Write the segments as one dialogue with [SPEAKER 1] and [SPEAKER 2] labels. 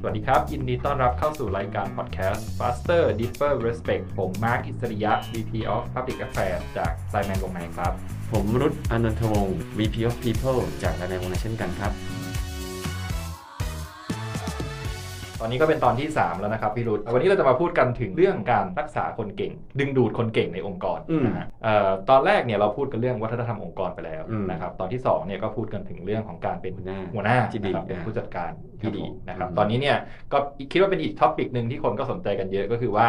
[SPEAKER 1] สวัสดีครับ ยินดีต้อนรับเข้าสู่รายการพอดแคสต์ Faster Differ Respect ผม มาร์คอิสริยะ VP of Public Affairs จากไซแมนวงในครับ
[SPEAKER 2] ผมวรุษอนันทวงศ์ VP of People จากระนายวงในเช่นกันครับ
[SPEAKER 1] ตอนนี้ก็เป็นตอนที่ 3 แล้วนะครับ พี่รุตวันนี้เราจะมาพูดกันถึงเรื่องการรักษาคนเก่ง ดึงดูดคนเก่งในองค์กร
[SPEAKER 2] อืม
[SPEAKER 1] นะฮะเอ่อตอนแรกเนี่ยเราพูดกันเรื่องวัฒนธรรมองค์กรไปแล้ว
[SPEAKER 2] อืม
[SPEAKER 1] นะครับตอนที่สองเนี่ยก็พูดกันถึงเรื่องของการเป็น
[SPEAKER 2] หัวหน้า
[SPEAKER 1] หัวหน้า
[SPEAKER 2] ที่ดี
[SPEAKER 1] นะครับ
[SPEAKER 2] อ่า
[SPEAKER 1] ผู้จัดการ
[SPEAKER 2] ที่ดี
[SPEAKER 1] ครับผมนะครับ
[SPEAKER 2] อืม
[SPEAKER 1] ตอนนี้เนี่ยก็คิดว่าเป็นอีกท็อปิกหนึ่งที่คนก็สนใจกันเยอะก็คือว่า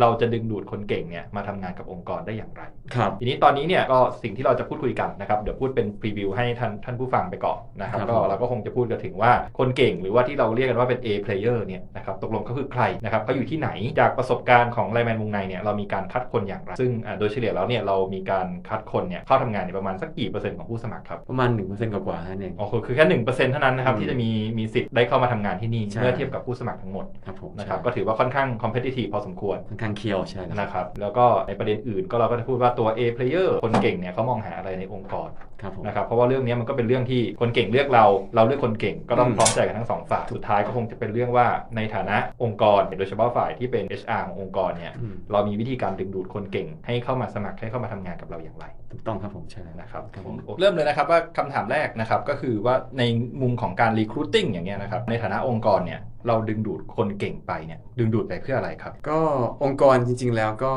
[SPEAKER 1] เราจะดึงดูดคนเก่งเนี่ยมาทำงานกับองค์กรได้อย่างไร
[SPEAKER 2] ครับ
[SPEAKER 1] ทีนี้ตอนนี้เนี่ยก็สิ่งที่เราจะพูดคุยกันนะครับเดี๋ยวพูดเป็นพรีวิวให้ท่านท่านผู้ฟังไปก่อนนะครับ
[SPEAKER 2] ครับ
[SPEAKER 1] ก็
[SPEAKER 2] ผม
[SPEAKER 1] เราก็คงจะพูดกันถึงว่าคนเก่งหรือว่าที่เราเรียกกันว่าเป็น A player เนี่ยนะครับตกลงเขาคือใครนะครับเขาอยู่ที่ไหนจากประสบการณ์ของไลแมนวงในเนี่ยเรามีการคัดคนอย่างไรซึ่งอ่าโดยเฉลี่ยแล้วเนี่ยเรามีการคัดคนเนี่ยเข้าทำงานเนยประมาณสักกี่เปอร์เซ็นต์ของผู้สมัครครับ
[SPEAKER 2] ประมาณ1%กว่ากว่าๆนั่นเอง
[SPEAKER 1] อ๋อคือคือแค่หนึ่งเปอร์เซ็นต์เท่านั้นนะครับ
[SPEAKER 2] อืม
[SPEAKER 1] ที่จะมีมีสิทธิ์ได้เข้ามาทำงานที่นี่
[SPEAKER 2] ใช่
[SPEAKER 1] เมื่อเทียบกับผู้สมัครทั้งหมด
[SPEAKER 2] ครับผม
[SPEAKER 1] นะครับ
[SPEAKER 2] ใช่
[SPEAKER 1] ก็ถือว่าค่อนข้างคอมเพ t i ิ i v e พอสมควร
[SPEAKER 2] ค่อนข้างเคียวใช่แล้ว
[SPEAKER 1] นะครับแล้วก็ในประเด็นอื่นก็เราก็จะพูดว่าตัว A player คนเก่งเนี่ยเขามองหาอะไรในองค์กร
[SPEAKER 2] ครับผม
[SPEAKER 1] นะครับเพราะว่าเรื่องนี้มันก็เป็นเรื่องที่คนเก่งเลือกเรา เราเลือกคนเก่งก็ต้อง
[SPEAKER 2] อืม
[SPEAKER 1] พร้อมใจกันทั้งสองฝ่ายสุดท้ายก็คงจะเป็นเรื่องว่าในฐานะองค์กร โดยเฉพาะฝ่ายที่เป็น HR ขององค์กรเนี่ย
[SPEAKER 2] อืม
[SPEAKER 1] เรามีวิธีการดึงดูดคนเก่ง ให้เข้ามาสมัครให้เข้ามาทำงานกับเราอย่างไร
[SPEAKER 2] ถูกต้องครับผมใช่แล้ว
[SPEAKER 1] นะครับ
[SPEAKER 2] ครับผม
[SPEAKER 1] เริ่มเลยนะครับว่าคำถามแรกนะครับก็คือว่าในมุมของการ recruiting อย่างเงี้ยนะครับในฐานะองค์กรเนี่ยเราดึงดูดคนเก่งไปเนี่ยดึงดูดไปเพื่ออะไรครับ
[SPEAKER 2] ก็องค์กรจริง ๆ แล้วก็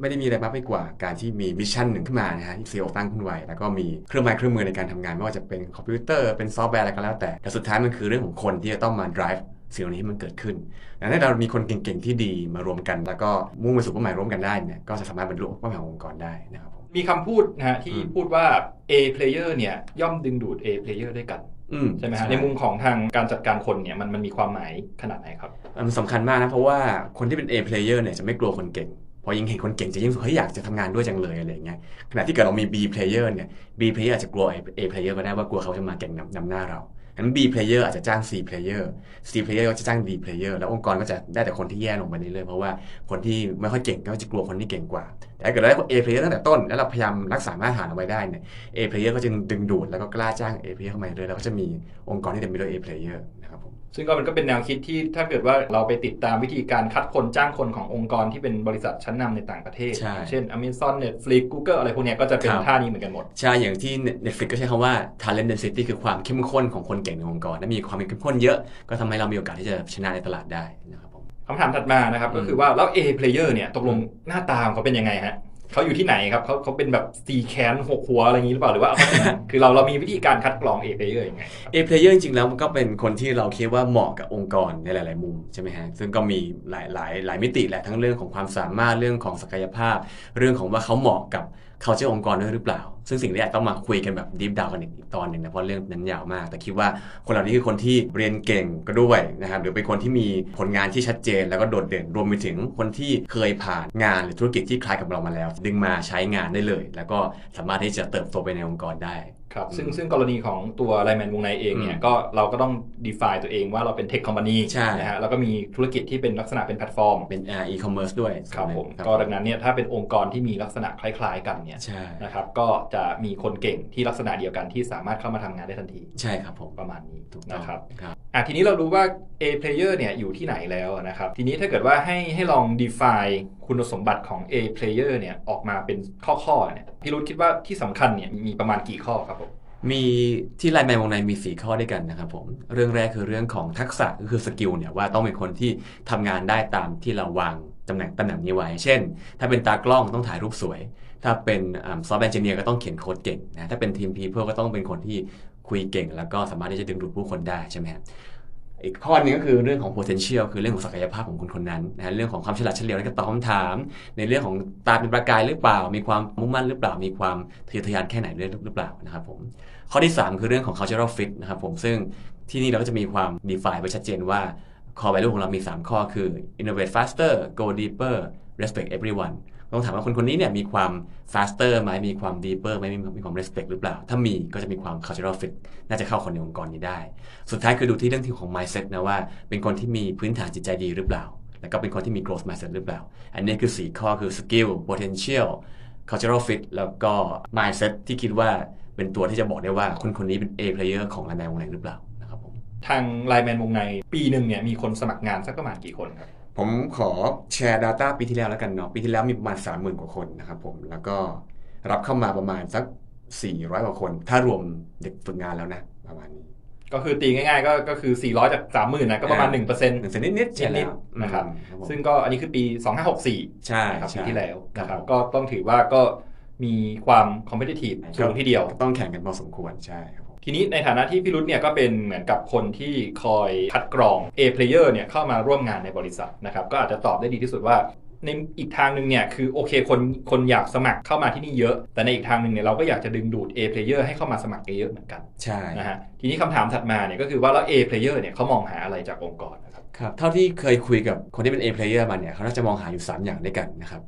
[SPEAKER 2] ไม่ได้มีอะไรมากไปกว่าการที่มีวิชั่นหนึ่งขึ้นมานะฮะที่ซีอตั้งขึ้นไว้แล้วก็มีเครื่องไม้เครื่องมือในการทำงาน ไม่ว่าจะเป็นคอมพิวเตอร์เป็นซอฟต์แวร์อะไรก็แล้วแต่แต่สุดท้ายมันคือเรื่องของคนที่จะต้องมา drive สิ่งเหล่านี้ให้มันเกิดขึ้นดังนั้นเรามีคนเก่ง ๆ ที่ดีมารวมกัน แล้วก็มุ่งไปสู่เป้าหมายร่วมกันได้เนี่ยก็จะสามารถบรรลุเป้าหมายขององค์กรได้นะครับผม
[SPEAKER 1] มีคำพูดนะฮะที่
[SPEAKER 2] อืม
[SPEAKER 1] พูดว่า A player เนี่ยย่อมดึงดูด A player ด้วยกัน
[SPEAKER 2] อืม
[SPEAKER 1] ใช่ไหมฮะในมุมของทางการจัดการคนเนี่ยมันมันมีความหมายขนาดไหนครับ
[SPEAKER 2] มันสำคัญมากนะ เพราะว่าคนที่เป็น A player เนี่ยจะไม่กลัวคนเก่ง พอยิ่งเห็นคนเก่งจะยิ่งรู้สึกเฮ้ยอยากจะทำงานด้วยจังเลยอะไรอย่างเงี้ยขณะที่เกิดเรามี B player เนี่ย B player อาจจะกลัว A player ก็ได้ว่ากลัวเขาจะมาเก่งนำนำหน้าเรางั้น B player อาจจะจ้าง C player C player ก็จะจ้าง D player แล้วองค์กรก็จะได้แต่คนที่แย่ลงไปเรื่อยๆเพราะว่าคนที่ไม่ค่อยเก่งก็จะกลัวคนที่เก่งกว่า แต่ถ้าเกิดเราได้ A player ตั้งแต่ต้นแล้วเราพยายามรักษามาตรฐานเอาไว้ได้เนี่ย A player ก็จะดึงดูดแล้วก็กล้าจ้าง A player เข้ามาเรื่อยๆแล้วก็จะมีองค์กรที่เต็มไปด้วย A player นะครับผม
[SPEAKER 1] ซึ่งก็มันก็เป็นแนวคิดที่ถ้าเกิดว่าเราไปติดตามวิธีการคัดคนจ้างคนขององค์กรที่เป็นบริษัทชั้นนำในต่างประเทศ
[SPEAKER 2] ใช่
[SPEAKER 1] เช่น Amazon Netflix Google อะไรพวกเนี้ยก็จะเป็น
[SPEAKER 2] ครับ
[SPEAKER 1] ท่านี้เหมือนกันหมด
[SPEAKER 2] ใช่ อย่างที่ Netflix ก็ใช้คำว่า talent density คือความเข้มข้นของคนเก่งในองค์กร และมีความเข้มข้นเยอะ ก็ทำให้เรามีโอกาสที่จะชนะในตลาดได้นะครับผม
[SPEAKER 1] คำถามถัดมานะครับ
[SPEAKER 2] อืม
[SPEAKER 1] ก็คือว่าแล้ว A player เนี่ยตกลงหน้าตาของเขาเป็นยังไงฮะเขาอยู่ที่ไหนครับเขาเขาเป็นแบบสีแขนหกหัวอะไรอย่างนี้หรือเปล่าหรือ ว่าเอาเขาเป็น คือเราเรามีวิธีการคัดกรอง A player ยังไงครับ
[SPEAKER 2] A player จริงๆ แล้วมันก็เป็นคนที่เราคิดว่าเหมาะกับองค์กรในหลาย ๆ มุม ใช่ไหมฮะ ซึ่งก็มีหลายหลายหลายมิติแหละทั้งเรื่องของความสามารถเรื่องของศักยภาพ เรื่องของว่าเขาเหมาะกับ culture องค์กรด้วยหรือเปล่า ซึ่งสิ่งนี้อาจต้องมาคุยกันแบบดีฟดาวกันอีกตอนหนึ่งนะเพราะเรื่องนั้นยาวมาก แต่คิดว่าคนเหล่านี้คือคนที่เรียนเก่งก็ด้วยนะครับหรือเป็นคนที่มีผลงานที่ชัดเจน แล้วก็โดดเด่นรวมไปถึงคนที่เคยผ่านงานหรือธุรกิจที่คล้ายกับเรามาแล้ว ดึงมาใช้งานได้เลย แล้วก็สามารถที่จะเติบโตไปในองค์กรได้
[SPEAKER 1] ครับซึ่ง
[SPEAKER 2] อืม
[SPEAKER 1] ซึ่งกรณีของตัวไลแมนวงในเองเนี่ยก็เราก็ต้อง define ตัวเองว่าเราเป็น tech company
[SPEAKER 2] ใช่
[SPEAKER 1] นะฮะแล้วก็มีธุรกิจที่เป็นลักษณะเป็นแพลตฟอร์ม
[SPEAKER 2] เป็น e-commerce ด้วย
[SPEAKER 1] ครับผม
[SPEAKER 2] ครับ
[SPEAKER 1] ก็ดังนั้นเนี่ยถ้าเป็นองค์กรที่มีลักษณะคล้าย ๆ กันเนี่ย
[SPEAKER 2] ใช่
[SPEAKER 1] นะครับก็จะมีคนเก่งที่ลักษณะเดียวกันที่สามารถเข้ามาทำงานได้ทันที
[SPEAKER 2] ใช่ครับผม
[SPEAKER 1] ประมาณนี้
[SPEAKER 2] ถูกต้อง
[SPEAKER 1] นะครับ
[SPEAKER 2] ครับ
[SPEAKER 1] อ่ะทีนี้เรารู้ว่า A player เนี่ยอยู่ที่ไหนแล้วนะครับ ทีนี้ถ้าเกิดว่าให้ให้ลอง define คุณสมบัติของ A player เนี่ยออกมาเป็นข้อๆเนี่ยพี่รุธคิดว่าที่สำคัญเนี่ยมีประมาณกี่ข้อครับผม
[SPEAKER 2] มีที่ไลน์แมนวงในมี 4 ข้อด้วยกันนะครับผม เรื่องแรกคือเรื่องของทักษะก็คือสกิลเนี่ยว่าต้องเป็นคนที่ทำงานได้ตามที่เราวางตำแหน่งตำแหน่งนี้ไว้ เช่น ถ้าเป็นตากล้องต้องถ่ายรูปสวย ถ้าเป็นซอฟต์แวร์เอนจิเนียร์ก็ต้องเขียนโค้ดเก่งนะถ้าเป็นทีมพีเพิลก็ต้องเป็นคนที่คุยเก่ง แล้วก็สามารถที่จะดึงดูดผู้คนได้ใช่ไหมครับอีกข้อหนึงก็คือเรื่องของ potential คือเรื่องของศักยภาพของคนคนนั้นนะเรื่องของความฉลาดเฉลียวในการตอบคำถาม ในเรื่องของตาเป็นประกายหรือเปล่า มีความมุ่งมั่นหรือเปล่า มีความทะเยอทะยานแค่ไหนด้วยหรือเปล่านะครับผม ข้อที่ 3 คือเรื่องของ cultural fit นะครับผมซึ่งที่นี่เราก็จะมีความ define ไว้ชัดเจนว่า core value ของเรามี 3 ข้อคือ innovate faster go deeper respect everyone ต้องถามว่าคนคนนี้เนี่ยมีความ faster ไหมมีความ deeper ไหมมีมีความ respect หรือเปล่า ถ้ามีก็จะมีความ cultural fit น่าจะเข้าคนในองค์กรนี้ได้ สุดท้ายคือดูที่เรื่องที่ของ mindset นะว่า เป็นคนที่มีพื้นฐานจิตใจดีหรือเปล่า แล้วก็เป็นคนที่มี growth mindset หรือเปล่า อันนี้คือ 4 ข้อคือ skill potential cultural fit แล้วก็ mindset ที่คิดว่าเป็นตัวที่จะบอกได้ว่าคนคนนี้เป็น A player ของระแนววงไหนหรือเปล่านะครับผม
[SPEAKER 1] ทางไลน์แมนวงในปีหนึ่งเนี่ยมีคนสมัครงานสักประมาณกี่คนครับ
[SPEAKER 2] ผมขอแชร์ Data ปีที่แล้วแล้วกันเนาะปีที่แล้วมีประมาณ 30,000 กว่าคนนะครับผมแล้วก็รับเข้ามาประมาณสัก 400 กว่าคน ถ้ารวมเด็กฝึกงานแล้วนะ ประมาณนี้
[SPEAKER 1] ก็คือตีง่ายๆก็ก็คือ 400 จาก 30,000นะก็ประมาณ
[SPEAKER 2] อ่า
[SPEAKER 1] 1%
[SPEAKER 2] หนึ่งแสนนิดๆใช่แล้ว
[SPEAKER 1] นะครับ
[SPEAKER 2] อืม
[SPEAKER 1] ซึ่งก็อันนี้คือปี 2564
[SPEAKER 2] ใช่
[SPEAKER 1] นะครับ
[SPEAKER 2] ใช่
[SPEAKER 1] ปีที่แล้วนะค
[SPEAKER 2] ครั
[SPEAKER 1] รับบ ก็ต้องถือว่าก็มีความคอมเพ t i t i v e สูงทีเดียว
[SPEAKER 2] ต้องแข่งกันพอสมควรใช่ครับผม
[SPEAKER 1] ทีนี้ในฐานะที่พี่รุธเนี่ยก็เป็นเหมือนกับคนที่คอยคัดกรอง A player เนี่ยเข้ามาร่วมงานในบริษัทนะครับก็อาจจะตอบได้ดีที่สุดว่า ในอีกทางหนึ่งเนี่ยคือโอเคคนคนอยากสมัครเข้ามาที่นี่เยอะ แต่ในอีกทางหนึ่งเนี่ยเราก็อยากจะดึงดูด A player ให้เข้ามาสมัครเยอะๆเหมือนกัน
[SPEAKER 2] ใช่
[SPEAKER 1] นะฮะทีนี้คำถามถัดมาเนี่ยก็คือว่าแล้ว A player เนี่ยเขามองหาอะไรจากองค์กรนะครับ
[SPEAKER 2] ครับเท่าที่เคยคุยกับคนที่เป็น A player มาเนี่ยเขาน่าจะมองหาอยู่ 3 อย่างด้วยกันนะครับ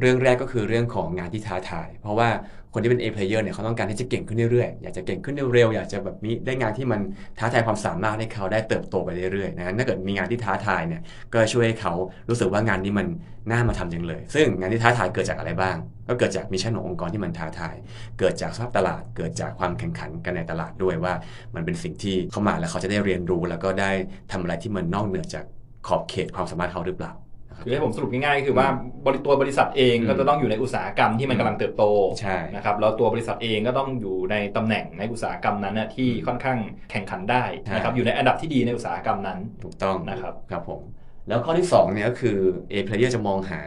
[SPEAKER 2] เรื่องแรกก็คือเรื่องของงานที่ท้าทาย เพราะว่าคนที่เป็น A player เนี่ยเขาต้องการที่จะเก่งขึ้นเรื่อยๆ อยากจะเก่งขึ้นเร็วๆ อยากจะแบบมีได้งานที่มันท้าทายความสามารถให้เขาได้เติบโตไปเรื่อยๆนะงั้นถ้าเกิดมีงานที่ท้าทายเนี่ยก็ช่วยให้เขารู้สึกว่างานนี้มันน่ามาทำจังเลย ซึ่งงานที่ท้าทายเกิดจากอะไรบ้าง ก็เกิดจากมิชชั่นขององค์กรที่มันท้าทาย เกิดจากสภาพตลาด เกิดจากความแข่งขันกันในตลาดด้วยว่า มันเป็นสิ่งที่เข้ามาแล้วเขาจะได้เรียนรู้ แล้วก็ได้ทำอะไรที่มันนอกเหนือจากขอบเขตความสามารถเขาหรือเปล่านะค
[SPEAKER 1] คือให้
[SPEAKER 2] รับ
[SPEAKER 1] ผมสรุปง่ายๆก็คือว่าบริตัวบริษัทเอง
[SPEAKER 2] อืม
[SPEAKER 1] ก็จะต้องอยู่ในอุตสาหกรรมที่มันกำลังเติบโต
[SPEAKER 2] ใช่
[SPEAKER 1] นะครับแล้วตัวบริษัทเองก็ต้องอยู่ในตำแหน่งในอุตสาหกรรมนั้นน่ะที่ค่อนข้างแข่งขันได้นะครับ
[SPEAKER 2] ใช่
[SPEAKER 1] อยู่ในอันดับที่ดีในอุตสาหกรรมนั้น
[SPEAKER 2] ถูกต้อง
[SPEAKER 1] นะครับ
[SPEAKER 2] ครับผม แล้วข้อที่2เนี่ยก็คือ A player จะมองหา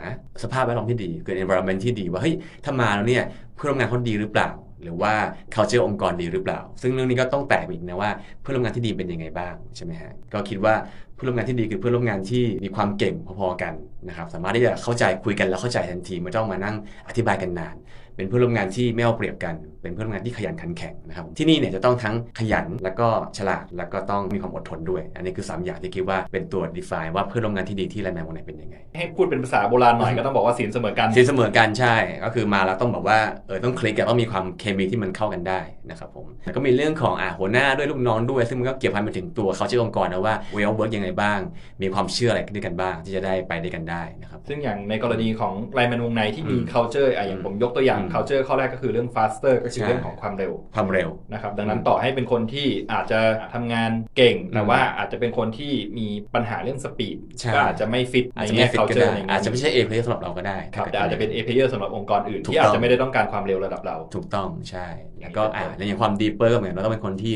[SPEAKER 2] สภาพแวดล้อมที่ดีเกิด environment ที่ดีว่าเฮ้ยถ้ามาแล้วเนี่ยเพื่อนร่วมงานเขาดีหรือเปล่า หรือว่า culture องค์กรดีหรือเปล่า ซึ่งเรื่องนี้ก็ต้องแตกไปอีกนะว่าเพื่อนร่วมงานที่ดีเป็นยังไงบ้างใช่ไหมฮะก็คิดว่าเพื่อนร่วมงานที่ดีคือเพื่อนร่วมงานที่มีความเก่งพอๆกันนะครับสามารถที่จะเข้าใจคุยกันแล้วเข้าใจทันทีไม่ต้องมานั่งอธิบายกันนาน เป็นเพื่อนร่วมงานที่ไม่เอาเปรียบกัน เป็นเพื่อนร่วมงานที่ขยันขันแข็งนะครับผมที่นี่เนี่ยจะต้องทั้งขยันแล้วก็ฉลาดแล้วก็ต้องมีความอดทนด้วย อันนี้คือ 3 อย่างที่คิดว่าเป็นตัว define ว่าเพื่อนร่วมงานที่ดีที่ไลน์แมนคนไหนเป็นยังไง
[SPEAKER 1] ให้พูดเป็นภาษาโบราณหน่อยก็ต้องบอกว่าศีลเสมอกัน
[SPEAKER 2] สิ่งเสมอกันใช่ ก็คือมาแล้วต้องแบบว่าเออต้องคลิกกันต้องมีความเคมีที่มันเข้ากันได้นะครับผมแล้วก็มีเรื่องของอ่าหัวหน้าด้วยลูกน้องด้วย ซึ่งมันก็เกี่ยวพันไปถึงตัวเขาชื่อองค์กรนะว่า way of work ยังไงบ้าง มีความเชื่ออะไรด้วยกันบ้าง ที่จะได้ไปด้วยกันได้นะครับ
[SPEAKER 1] ซึ่งอย่างในกรณีของไลน์แมนวงในที่มี
[SPEAKER 2] อืม
[SPEAKER 1] culture อ่ะอย่างผมยกตัวอย่าง
[SPEAKER 2] อืม
[SPEAKER 1] culture ข้อแรกก็คือเรื่อง faster ก็คือ
[SPEAKER 2] ใช่
[SPEAKER 1] เรื่องของความเร็ว
[SPEAKER 2] ความเร็ว
[SPEAKER 1] นะครับดังนั้นต่อให้เป็นคนที่อาจจะทำงานเก่ง แต่ว่าอาจจะเป็นคนที่มีปัญหาเรื่องสปีด
[SPEAKER 2] ใช่
[SPEAKER 1] ก็อาจจะไม่ฟิตใน
[SPEAKER 2] อาจจะ
[SPEAKER 1] แง่
[SPEAKER 2] ไม่ฟิตก็
[SPEAKER 1] culture
[SPEAKER 2] ได้
[SPEAKER 1] ในแง่
[SPEAKER 2] อาจจะไม่ใช่ A player สำหรับเราก็ได้
[SPEAKER 1] ครับแต่อาจจะเป็น A player สำหรับองค์กรอื่น
[SPEAKER 2] ถูก
[SPEAKER 1] ที่อาจ
[SPEAKER 2] ต้
[SPEAKER 1] จะ
[SPEAKER 2] อง
[SPEAKER 1] ไม่ได้ต้องการความเร็วระดับเรา
[SPEAKER 2] ถูกต้องใช่ แล้วก็อ่า
[SPEAKER 1] อย่างนี้เป็นต้น
[SPEAKER 2] ในอย่างความดีเปอร์ก็เหมือนเราต้องเป็นคนที่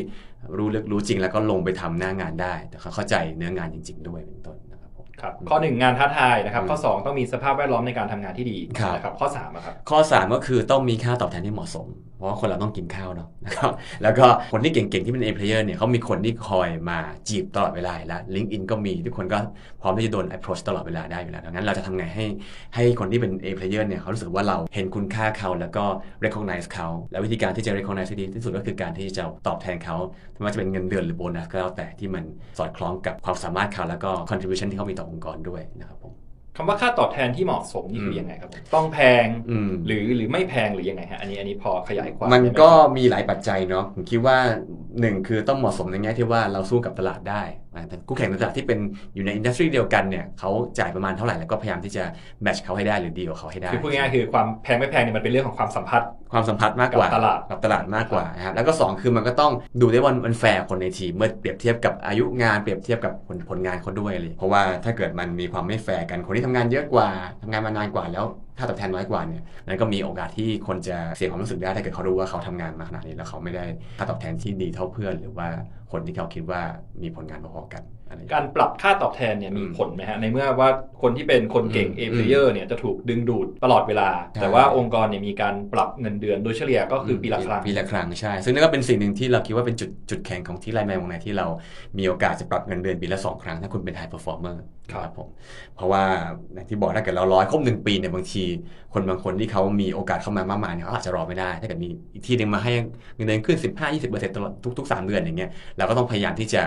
[SPEAKER 2] รู้ลึกรู้จริง แล้วก็ลงไปทำหน้างานได้ แต่เขาเข้าใจเนื้องานจริง ๆ ด้วยเป็นต้นนะครับผม
[SPEAKER 1] ครับข้อ 1 งานท้าทายนะครับ
[SPEAKER 2] อืม
[SPEAKER 1] ข้อ 2 ต้องมีสภาพแวดล้อมในการทำงานที่ดี
[SPEAKER 2] ครับ
[SPEAKER 1] นะครับข้อ3อะครับ
[SPEAKER 2] ข้อ 3 ก็คือต้องมีค่าตอบแทนที่เหมาะสม เพราะว่าคนเราต้องกินข้าวเนาะ นะครับ แล้วก็คนที่เก่งๆ ที่เป็น A player เนี่ยเขามีคนที่คอยมาจีบตลอดเวลาอยู่แล้ว LinkedIn ก็มีทุกคนก็พร้อมที่จะโดน approach ตลอดเวลาได้อยู่แล้วดังนั้นเราจะทำไงให้ให้คนที่เป็น A player เนี่ยเขารู้สึกว่าเราเห็นคุณค่าเขาแล้วก็ recognize เขา และวิธีการที่จะ recognize ที่ดีที่สุดก็คือการที่จะตอบแทนเขาไม่ว่าจะเป็นเงินเดือนหรือโบนัสก็แล้วแต่ที่มันสอดคล้องกับความสามารถเขาแล้วก็ contribution ที่เขามีต่อองค์กรด้วยนะครับผม
[SPEAKER 1] คำว่าค่าตอบแทนที่เหมาะสมนี่คือยังไงครับผมต้องแพง
[SPEAKER 2] อืม
[SPEAKER 1] หรือหรือไม่แพงหรือยังไงฮะอันนี้อันนี้พอขยายความ
[SPEAKER 2] มัน
[SPEAKER 1] ได้ไห
[SPEAKER 2] ก็
[SPEAKER 1] ครับ
[SPEAKER 2] มีหลายปัจจัยเนาะผมคิดว่าหนึ่งคือต้องเหมาะสมในแง่ที่ว่าเราสู้กับตลาดได้นะแต่คู่แข่งในตลาดที่เป็นอยู่ในอินดัสทรีเดียวกันเนี่ยเขาจ่ายประมาณเท่าไหร่แล้วก็พยายามที่จะแมทช์เขาให้ได้หรือดีกว่าเขาให้ได้
[SPEAKER 1] คือพูดง่ายๆคือความแพงไม่แพงเนี่ยมันเป็นเรื่องของความสัมพันธ์
[SPEAKER 2] ความสัมพันธ์มากกว่า
[SPEAKER 1] กับตลาด
[SPEAKER 2] กับตลาดมากกว่านะครับแล้วก็สองคือมันก็ต้องดูได้ว่ามันแฟร์คนในทีมเมื่อเปรียบเทียบกับอายุงานเปรียบเทียบกับผลผลงานเขาด้วยอะไรอย่างเลยเพราะว่าถ้าเกิดมันมีความไม่แฟร์กันคนที่ทำงานเยอะกว่าทำงานมานานกว่าแล้วค่าตอบแทนน้อยกว่าเนี่ย นั้นก็มีโอกาสที่คนจะเสียความรู้สึกได้ถ้าเกิดเขารู้ว่าเขาทำงานมาขนาดนี้แล้วเขาไม่ได้ค่าตอบแทนที่ดีเท่าเพื่อน หรือว่าคนที่เขาคิดว่ามีผลงานพอๆกันอะไรอย่างเงี้ย
[SPEAKER 1] การปรับค่าตอบแทนเนี่ยมี
[SPEAKER 2] อืม
[SPEAKER 1] ผลไหมฮะในเมื่อว่าคนที่เป็นคนเก่ง
[SPEAKER 2] อืม
[SPEAKER 1] A player เนี่ยจะถูกดึงดูดตลอดเวลา
[SPEAKER 2] ใช่
[SPEAKER 1] แต่ว่าองค์กรเนี่ยมีการปรับเงินเดือนโดยเฉลี่ยก็คือปีละครั้ง
[SPEAKER 2] ปีละครั้งใช่ ซึ่งนั่นก็เป็นสิ่งหนึ่งที่เราคิดว่าเป็นจุดจุดแข็งของที่ไลน์แมนวงในที่เรามีโอกาสจะปรับเงินเดือนปีละสองครั้ง ถ้าคุณเป็นไฮเปอร์ฟอร์เมอร์
[SPEAKER 1] ครับ
[SPEAKER 2] ผมเพราะว่าอย่างที่บอกถ้าเกิดเราร้อยครบหนึ่งปีเนี่ยบางที คนบางคนที่เขามีโอกาสเข้ามามากมายเนี่ยเขาอาจจะรอไม่ได้ ถ้าเกิดมีอีกที่หนึ่งมาให้เงินเดือนขึ้น 15 20%ตลอดทุกๆ 3 เดือนอย่างเงี้ยเราก็ต้องพยายามที่จะ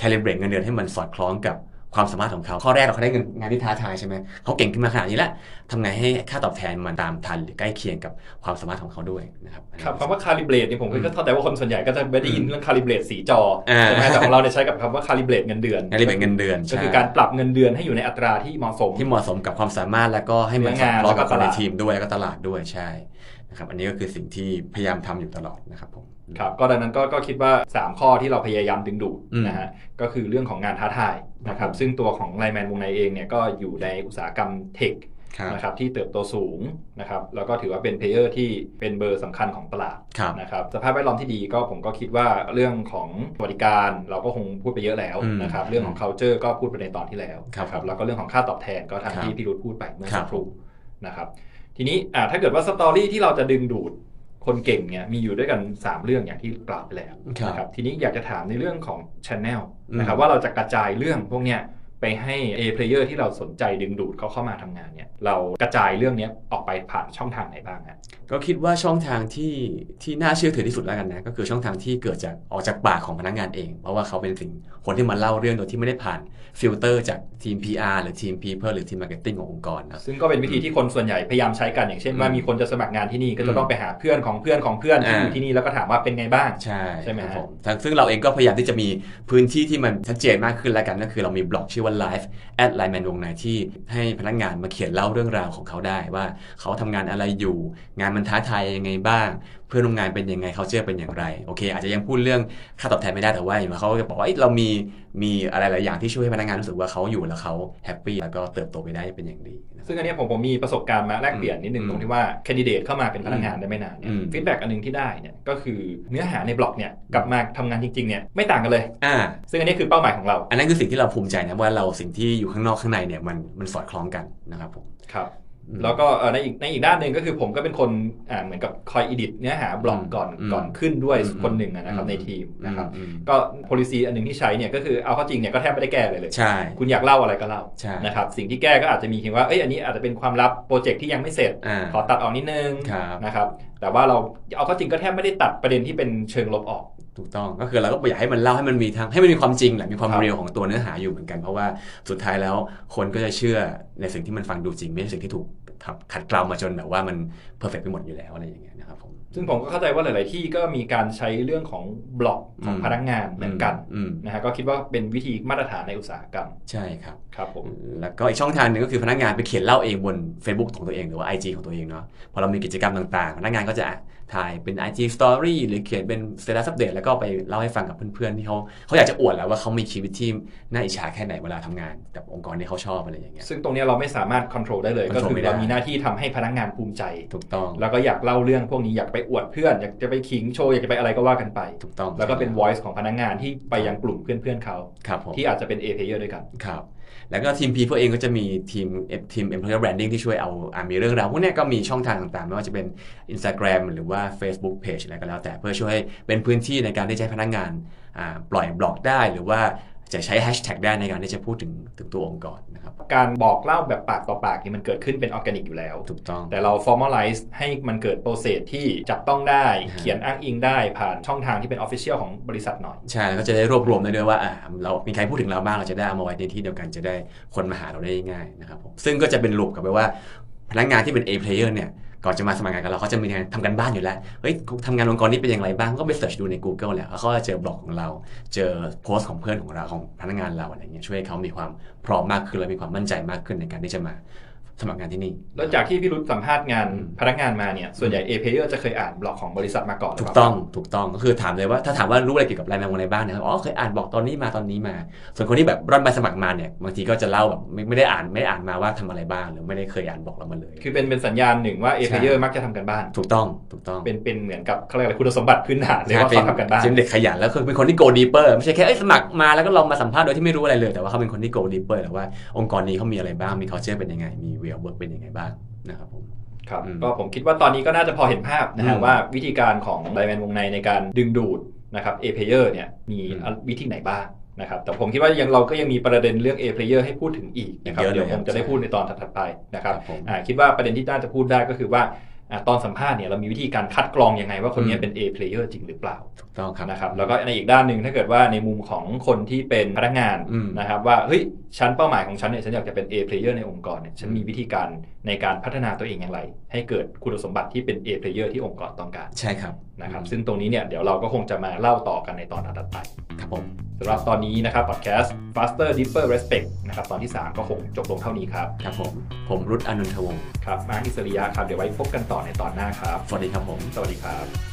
[SPEAKER 2] calibrate เงินเดือนให้มันสอดคล้องกับความสามารถของเขาข้อแรกเราเขาได้เงินงานที่ท้าทายใช่ไหมเขาเก่งขึ้นมาขนาดนี้แล้วทำไงให้ค่าตอบแทนมันตามทันหรือใกล้เคียงกับความสามารถของเขาด้วยนะครับ
[SPEAKER 1] ครับคำว่าคาลิเบรตเนี่ยผมก็เข้าใจว่าคนส่วนใหญ่ก็จะไม่ได้ยินเรื่องคาลิเบรตสีจอ
[SPEAKER 2] อ่า
[SPEAKER 1] ใช่ไหมแต่ของเราเนี่ยใช้กับคำว่าคาลิเบรตเงินเดือน
[SPEAKER 2] งานรีเบทเงินเดือน
[SPEAKER 1] ก็
[SPEAKER 2] ใช่
[SPEAKER 1] คือการปรับเงินเดือนให้อยู่ในอัตราที่เหมาะสม
[SPEAKER 2] ที่เหมาะสมกับความสามารถแล้วก็ให้มัน
[SPEAKER 1] เนื้องาน
[SPEAKER 2] สอดคล้อง
[SPEAKER 1] แล้
[SPEAKER 2] กับ
[SPEAKER 1] วก็
[SPEAKER 2] ค
[SPEAKER 1] ต
[SPEAKER 2] นใน
[SPEAKER 1] ลาด
[SPEAKER 2] ทีมด้วยแล้วก็ตลาดด้วยใช่นะครับอันนี้ก็คือสิ่งที่พยายามทำอยู่ตลอดนะครับผม
[SPEAKER 1] ครับก็ดังนั้นก็ก็คิดว่า 3 ข้อที่เราพยายามดึงดูดนะฮะก็คือเรื่องของงานท้าทายนะครับซึ่งตัวของไลแมนวงในเองเนี่ยก็อยู่ในอุตสาหกรรมเทค
[SPEAKER 2] ครับ
[SPEAKER 1] นะครับที่เติบโตสูงนะครับแล้วก็ถือว่าเป็นเพลเยอร์ที่เป็นเบอร์สำคัญของตลาด
[SPEAKER 2] ครับ
[SPEAKER 1] นะครับสภาพแวดล้อมที่ดีก็ผมก็คิดว่าเรื่องของสวัสดิการเราก็คงพูดไปเยอะแล้ว
[SPEAKER 2] อืม
[SPEAKER 1] นะครับเรื่องของ culture ก็พูดไปในตอนที่แล้ว
[SPEAKER 2] ครับ
[SPEAKER 1] นะแล้วก็เรื่องของค่าตอบแทนก็ทาง
[SPEAKER 2] ครับ
[SPEAKER 1] ที่พี่รุธพูดไปเมื่อ
[SPEAKER 2] ครั
[SPEAKER 1] สั
[SPEAKER 2] บ
[SPEAKER 1] กครู่นะครับทีนี้อ่าถ้าเกิดว่าสตอรี่ที่เราจะดึงดูด คนเก่งเนี่ยมีอยู่ด้วยกัน 3 เรื่องอย่างที่กล่าวไปแล้ว
[SPEAKER 2] ครั
[SPEAKER 1] นะครับ บทีนี้อยากจะถามในเรื่องของ Channel
[SPEAKER 2] อืม
[SPEAKER 1] นะครับว่าเราจะกระจายเรื่องพวกเนี้ยไปให้ A player ที่เราสนใจดึงดูดเขาเข้ามาทำงานเนี่ยเรากระจายเรื่องเนี้ยออกไปผ่านช่องทางไหนบ้างอะ
[SPEAKER 2] ก็คิดว่าช่องทางที่ที่น่าเชื่อถือที่สุดแล้วกันนะก็คือช่องทางที่เกิดจากออกจากปากของพนักงานเอง เพราะว่าเขาเป็นสิ่งคนที่มาเล่าเรื่องโดยที่ไม่ได้ผ่านฟิลเตอร์จากทีม PR หรือทีม People หรือทีม Marketing ขององค์กรนะ
[SPEAKER 1] ซึ่งก็เป็นวิธีที่คนส่วนใหญ่พยายามใช้กันอย่างเช่นว่า
[SPEAKER 2] อืม
[SPEAKER 1] มีคนจะสมัครงานที่นี่ก็
[SPEAKER 2] อื
[SPEAKER 1] จะ
[SPEAKER 2] ม
[SPEAKER 1] ต้องไปหาเพื่อนของเพื่อนของเพื่อนที่อยู่
[SPEAKER 2] อ่า
[SPEAKER 1] ที่นี่แล้วก็ถามว่าเป็นไงบ้าง
[SPEAKER 2] ใช่
[SPEAKER 1] ใช่ไหม
[SPEAKER 2] ครับ
[SPEAKER 1] ฮะ
[SPEAKER 2] ผมทั้งซึ่งเราเองก็พยายามที่จะมีพื้นที่ที่มันชัดเจนมากขึ้นแล้วกัน ก็คือเรามีบล็อกชื่อว่า Live at l i n e m a n วงในที่ให้พนักงานมาเขียนเล่าเรื่องราวของเขาได้ว่าเขาทำงานอะไรอยู่ งานมันท้าทายยังไงบ้าง เพื่อนร่วมงานเป็นยังไงเขาเชื่อเป็นอย่างไร โอเค อาจจะยังพูดเรื่องค่าตอบแทนไม่ได้แต่ว่าอย่างเขาก็จะบอกว่าเอ้ยเรามีมีอะไรหลายอย่างที่ช่วยให้พนักงานรู้สึกว่าเขาอยู่แล้วเขาแฮปปี้แล้วก็เติบโตไปได้เป็นอย่างดีนะครับ
[SPEAKER 1] ซึ่งอันเนี้ยผมผมมีประสบการณ์มาแลกเปลี่ยนนิดนึง
[SPEAKER 2] อืม
[SPEAKER 1] ตรงที่ว่าแคนดิเดตเข้ามาเป็นพนักงานได้ไม่นานเนี่ย
[SPEAKER 2] อืม
[SPEAKER 1] ฟีดแบ็กอันหนึงที่ได้เนี่ยก็คือเนื้อหาในบล็อกเนี่ยกลับมาทำงานจริงๆเนี่ยไม่ต่างกันเลย
[SPEAKER 2] อ่า
[SPEAKER 1] ซึ่งอันนี้คือเป้าหมายของเรา
[SPEAKER 2] อันนั้นคือสิ่งที่เราภูมิใจนะว่าเราสิ่งที่อยู่ข้างนอกข้างในเนี่ยมันมันสอดคล้องกันนะครับผม
[SPEAKER 1] ครับ
[SPEAKER 2] อืม
[SPEAKER 1] แล้วก็เอ่อในอีกในอีกด้านหนึ่งก็คือผมก็เป็นคนอ่าเหมือนกับคอยอิดิทเนื้อหาบล็อกก่อน
[SPEAKER 2] อืม
[SPEAKER 1] ก่อนขึ้นด้วย
[SPEAKER 2] อืม
[SPEAKER 1] คนหนึ่งอะนะครับ
[SPEAKER 2] อืม
[SPEAKER 1] ในทีมนะครับ
[SPEAKER 2] อืม
[SPEAKER 1] ก็ policy อันหนึ่งที่ใช้เนี่ยก็คือเอาเข้อจริงเนี่ยก็แทบไม่ได้แก้เลยเลย
[SPEAKER 2] ใช่
[SPEAKER 1] คุณอยากเล่าอะไรก็เล่า
[SPEAKER 2] ใช่
[SPEAKER 1] นะครับสิ่งที่แก้ก็อาจจะมีเพียงว่าเอ้ยอันนี้อาจจะเป็นความลับโปรเจกต์ที่ยังไม่เสร็จ
[SPEAKER 2] อ่า
[SPEAKER 1] ขอตัดออกนิดนึง
[SPEAKER 2] ครับ
[SPEAKER 1] นะครับแต่ว่าเราเอาเข้อจริงก็แทบไม่ได้ตัดประเด็นที่เป็นเชิงลบออก
[SPEAKER 2] ถูกต้องก็คือเราก็อยากให้มันเล่าให้มันมีทางให้มันมีความจริงแหละมีความ
[SPEAKER 1] ครับ
[SPEAKER 2] เรียลของตัวเนื้อหาอยู่เหมือนกัน เพราะว่าสุดท้ายแล้วคนก็จะเชื่อในสิ่งที่มันฟังดูจริง ไม่ใช่สิ่งที่ถูกทำขัดเกลามาจนแบบว่ามันเพอร์เฟกไปหมดอยู่แล้วอะไรอย่างเงี้ยนะครับผม
[SPEAKER 1] ซึ่งผมก็เข้าใจว่าหลาย ๆ ที่ก็มีการใช้เรื่องของบล็อกของ
[SPEAKER 2] อืม
[SPEAKER 1] พนักงานเหมือนกัน
[SPEAKER 2] อืม
[SPEAKER 1] นะฮะก็คิดว่าเป็นวิธีมาตรฐานในอุตสาหกรรม
[SPEAKER 2] ใช่ครับ
[SPEAKER 1] ครับผม
[SPEAKER 2] แล้วก็อีกช่องทางหนึ่งก็คือพนักงานไปเขียนเล่าเองบน Facebook ของตัวเองหรือว่า IG ของตัวเองเนาะพอเรามีกิจกรรมต่างๆ พนักงานก็จะถ่ายเป็น IG Story หรือเขียนเป็นเซตัสอัปเดตแล้วก็ไปเล่าให้ฟังกับเพื่อนๆ ที่เขาเขาอยากจะอวดแหล้วว่าเขามีชีวิตที่น่าอิจฉาแค่ไหนเวลาทำงานกับองค์กรที่เขาชอบอะไรอย่างเงี้ย
[SPEAKER 1] ซึ่งตรงเนี้ยเราไม่สามารถควบคุมได้เลย ก็
[SPEAKER 2] control
[SPEAKER 1] คือ
[SPEAKER 2] ไม่ได้
[SPEAKER 1] เรามีหน้าที่ทำให้พนักงานภูมิใจ
[SPEAKER 2] ถูกต้อง
[SPEAKER 1] แล้วก็อยากเล่าเรื่องพวกนี้อยากไปอวดเพื่อน อยากจะไปขิงโชว์ อยากจะไปอะไรก็ว่ากันไป
[SPEAKER 2] ถูกต้อง
[SPEAKER 1] แล้วก็เป็น voice ของพนักงานที่ไปยังกลุ่มเพื่อนๆเขา
[SPEAKER 2] ครับผม
[SPEAKER 1] ที่อาจจะเป็น A player ด้วยกัน
[SPEAKER 2] ครับ แล้วก็ทีม People เองก็จะมีทีมเอ่อทีม Employer Branding ที่ช่วยเอาอามีเรื่องราวพวกเนี้ยก็มีช่องทางต่างๆ ไม่ว่าจะเป็น Instagram หรือว่า Facebook Page อะไรก็แล้ว แต่เพื่อช่วยให้เป็นพื้นที่ในการที่จะให้พนักงานอ่าปล่อยบล็อกได้หรือว่าจะใช้แฮชแท็กได้ในการที่จะพูดถึงถึงตัวองค์กรนะครับ
[SPEAKER 1] การบอกเล่าแบบปากต่อปากนี่มันเกิดขึ้นเป็น organic อยู่แล้ว
[SPEAKER 2] ถูกต้อง
[SPEAKER 1] แต่เรา formalize ให้มันเกิดโปรเซสที่จับต้องได้
[SPEAKER 2] ฮะ
[SPEAKER 1] เขียนอ้างอิงได้ผ่านช่องทางที่เป็น official ของบริษัทหน่อย
[SPEAKER 2] ใช่แล้วก็จะได้รวบรวมได้ด้วยว่าอ่าเรามีใครพูดถึงเราบ้างเราจะได้เอามาไว้ในที่เดียวกันจะได้คนมาหาเราได้ง่ายนะครับผมซึ่งก็จะเป็นลูปกลับไปว่า พนักงานที่เป็น A player เนี่ยก่อนจะมาสมัครงานกับเราเขาจะมีงานทำกันบ้านอยู่แล้วเฮ้ยทำงานองค์กรนี้เป็นอย่างไรบ้างก็ไปเสิร์ชดูใน Google แหละแล้วเขาจะเจอบล็อกของเรา เจอโพสต์ของเพื่อนของเราของพนักงานเราอะไรเงี้ยช่วยให้เขามีความพร้อมมากขึ้นและมีความมั่นใจมากขึ้นในการที่จะมาสมัครงานที่นี่
[SPEAKER 1] แล้วจากที่พี่รุธสัมภาษณ์งาน
[SPEAKER 2] อืม
[SPEAKER 1] พนักงานมาเนี่ยส่วนใหญ่ A player จะเคยอ่านบล็อกของบริษัทมาก่อนหรื
[SPEAKER 2] ถู
[SPEAKER 1] เป
[SPEAKER 2] ก
[SPEAKER 1] ล่า
[SPEAKER 2] ต้องถูกต้องก็คือถามเลยว่าถ้าถามว่ารู้อะไรเกี่ยวกับไลน์แมนวงในบ้างเนี่ยอ๋อเคยอ่านบอกตอนนี้มาตอนนี้มา ส่วนคนที่แบบร่อนใบสมัครมาเนี่ยบางทีก็จะเล่าแบบไม่ไม่ได้อ่านไม่ได้อ่านมาว่าทำอะไรบ้างหรือไม่ได้เคยอ่านบอกเรามาเลย
[SPEAKER 1] คือเป็นเป็นสัญญาณหนึ่งว่าเอ
[SPEAKER 2] ใช่
[SPEAKER 1] เพเยอร์มักจะทำกันบ้าน
[SPEAKER 2] ถูกต้องถูกต้อง
[SPEAKER 1] เป็นเป็นเหมือนกับเขาเรียกอะไรคุณสมบัติพื้นฐานเลย
[SPEAKER 2] ใช่
[SPEAKER 1] ว่า
[SPEAKER 2] เป็
[SPEAKER 1] เขาทำกันบ้าน
[SPEAKER 2] เป็นเด็กขยันแล้วคือเป็นคนที่โกดีเปอร์ไม่ใช่แค่เอ้ยสมัครมาแล้วก็ลองมาสัมภาษณ์โดยที่ไม่รู้อะไรเลย แต่ว่าเขาเป็นคนที่โกดีเปอร์แต่ว่าองค์กรนี้เขามีอะไรบ้างมีเขาเชื่อเป็นยังไงมีเวลเวิร์กเป็นยังไงบ้างนะครับผม
[SPEAKER 1] ครับ
[SPEAKER 2] อืม
[SPEAKER 1] ก็ผมคิดว่าตอนนี้ก็น่าจะพอเห็นภาพนะฮะ
[SPEAKER 2] อืม
[SPEAKER 1] ว่าวิธีการของไลแมนวงในในการดึงดูดนะครับเอเพเยอร์เนี่ยมี
[SPEAKER 2] อืม
[SPEAKER 1] วิธีไหนบ้างนะครับแต่ผมคิดว่ายังเราก็ยังมีประเด็นเรื่อง A player ให้พูดถึงอีกนะครับ
[SPEAKER 2] เยอะเลย
[SPEAKER 1] เดี๋ยวผมจะได้
[SPEAKER 2] ครับ
[SPEAKER 1] พูดในตอนถัดๆไปนะครับ
[SPEAKER 2] ผม
[SPEAKER 1] อ่าคิดว่าประเด็นที่น่าจะพูดได้ก็คือว่าอ่าตอนสัมภาษณ์เนี่ยเรามีวิธีการคัดกรองยังไงว่าคนเนี้ย
[SPEAKER 2] อืม
[SPEAKER 1] เป็น A player จริงหรือเปล่า
[SPEAKER 2] ถูกต้องครับ
[SPEAKER 1] นะครับแล้วก็ในอีกด้านหนึ่งถ้าเกิดว่าในมุมของคนที่เป็นพนักงาน
[SPEAKER 2] อืม
[SPEAKER 1] นะครับว่าเฮ้ยฉันเป้าหมายของฉันเนี่ยฉันอยากจะเป็น A player ในองค์กรเนี่ยฉัน
[SPEAKER 2] อืม
[SPEAKER 1] มีวิธีการในการพัฒนาตัวเองอย่างไร ให้เกิดคุณสมบัติที่เป็น A player ที่องค์กรต้องการ
[SPEAKER 2] ใช่ครับ
[SPEAKER 1] นะครับซึ่งตรงนี้เนี่ยเดี๋ยวเราก็คงจะมาเล่าต่อกันในตอนถัดๆไป
[SPEAKER 2] ครับผม
[SPEAKER 1] สำหรับตอนนี้นะครับพอดแคสต์ faster deeper respect นะครับตอนที่ 3 ก็คงจบลงเท่านี้ครับ
[SPEAKER 2] ครับผม ผมรุตอานนทวงศ์
[SPEAKER 1] ครับมาร์คอิสริยะครับเดี๋ยวไว้พบกันต่อในตอนหน้าครับ
[SPEAKER 2] สวัสดีครับผม
[SPEAKER 1] สวัสดีครับ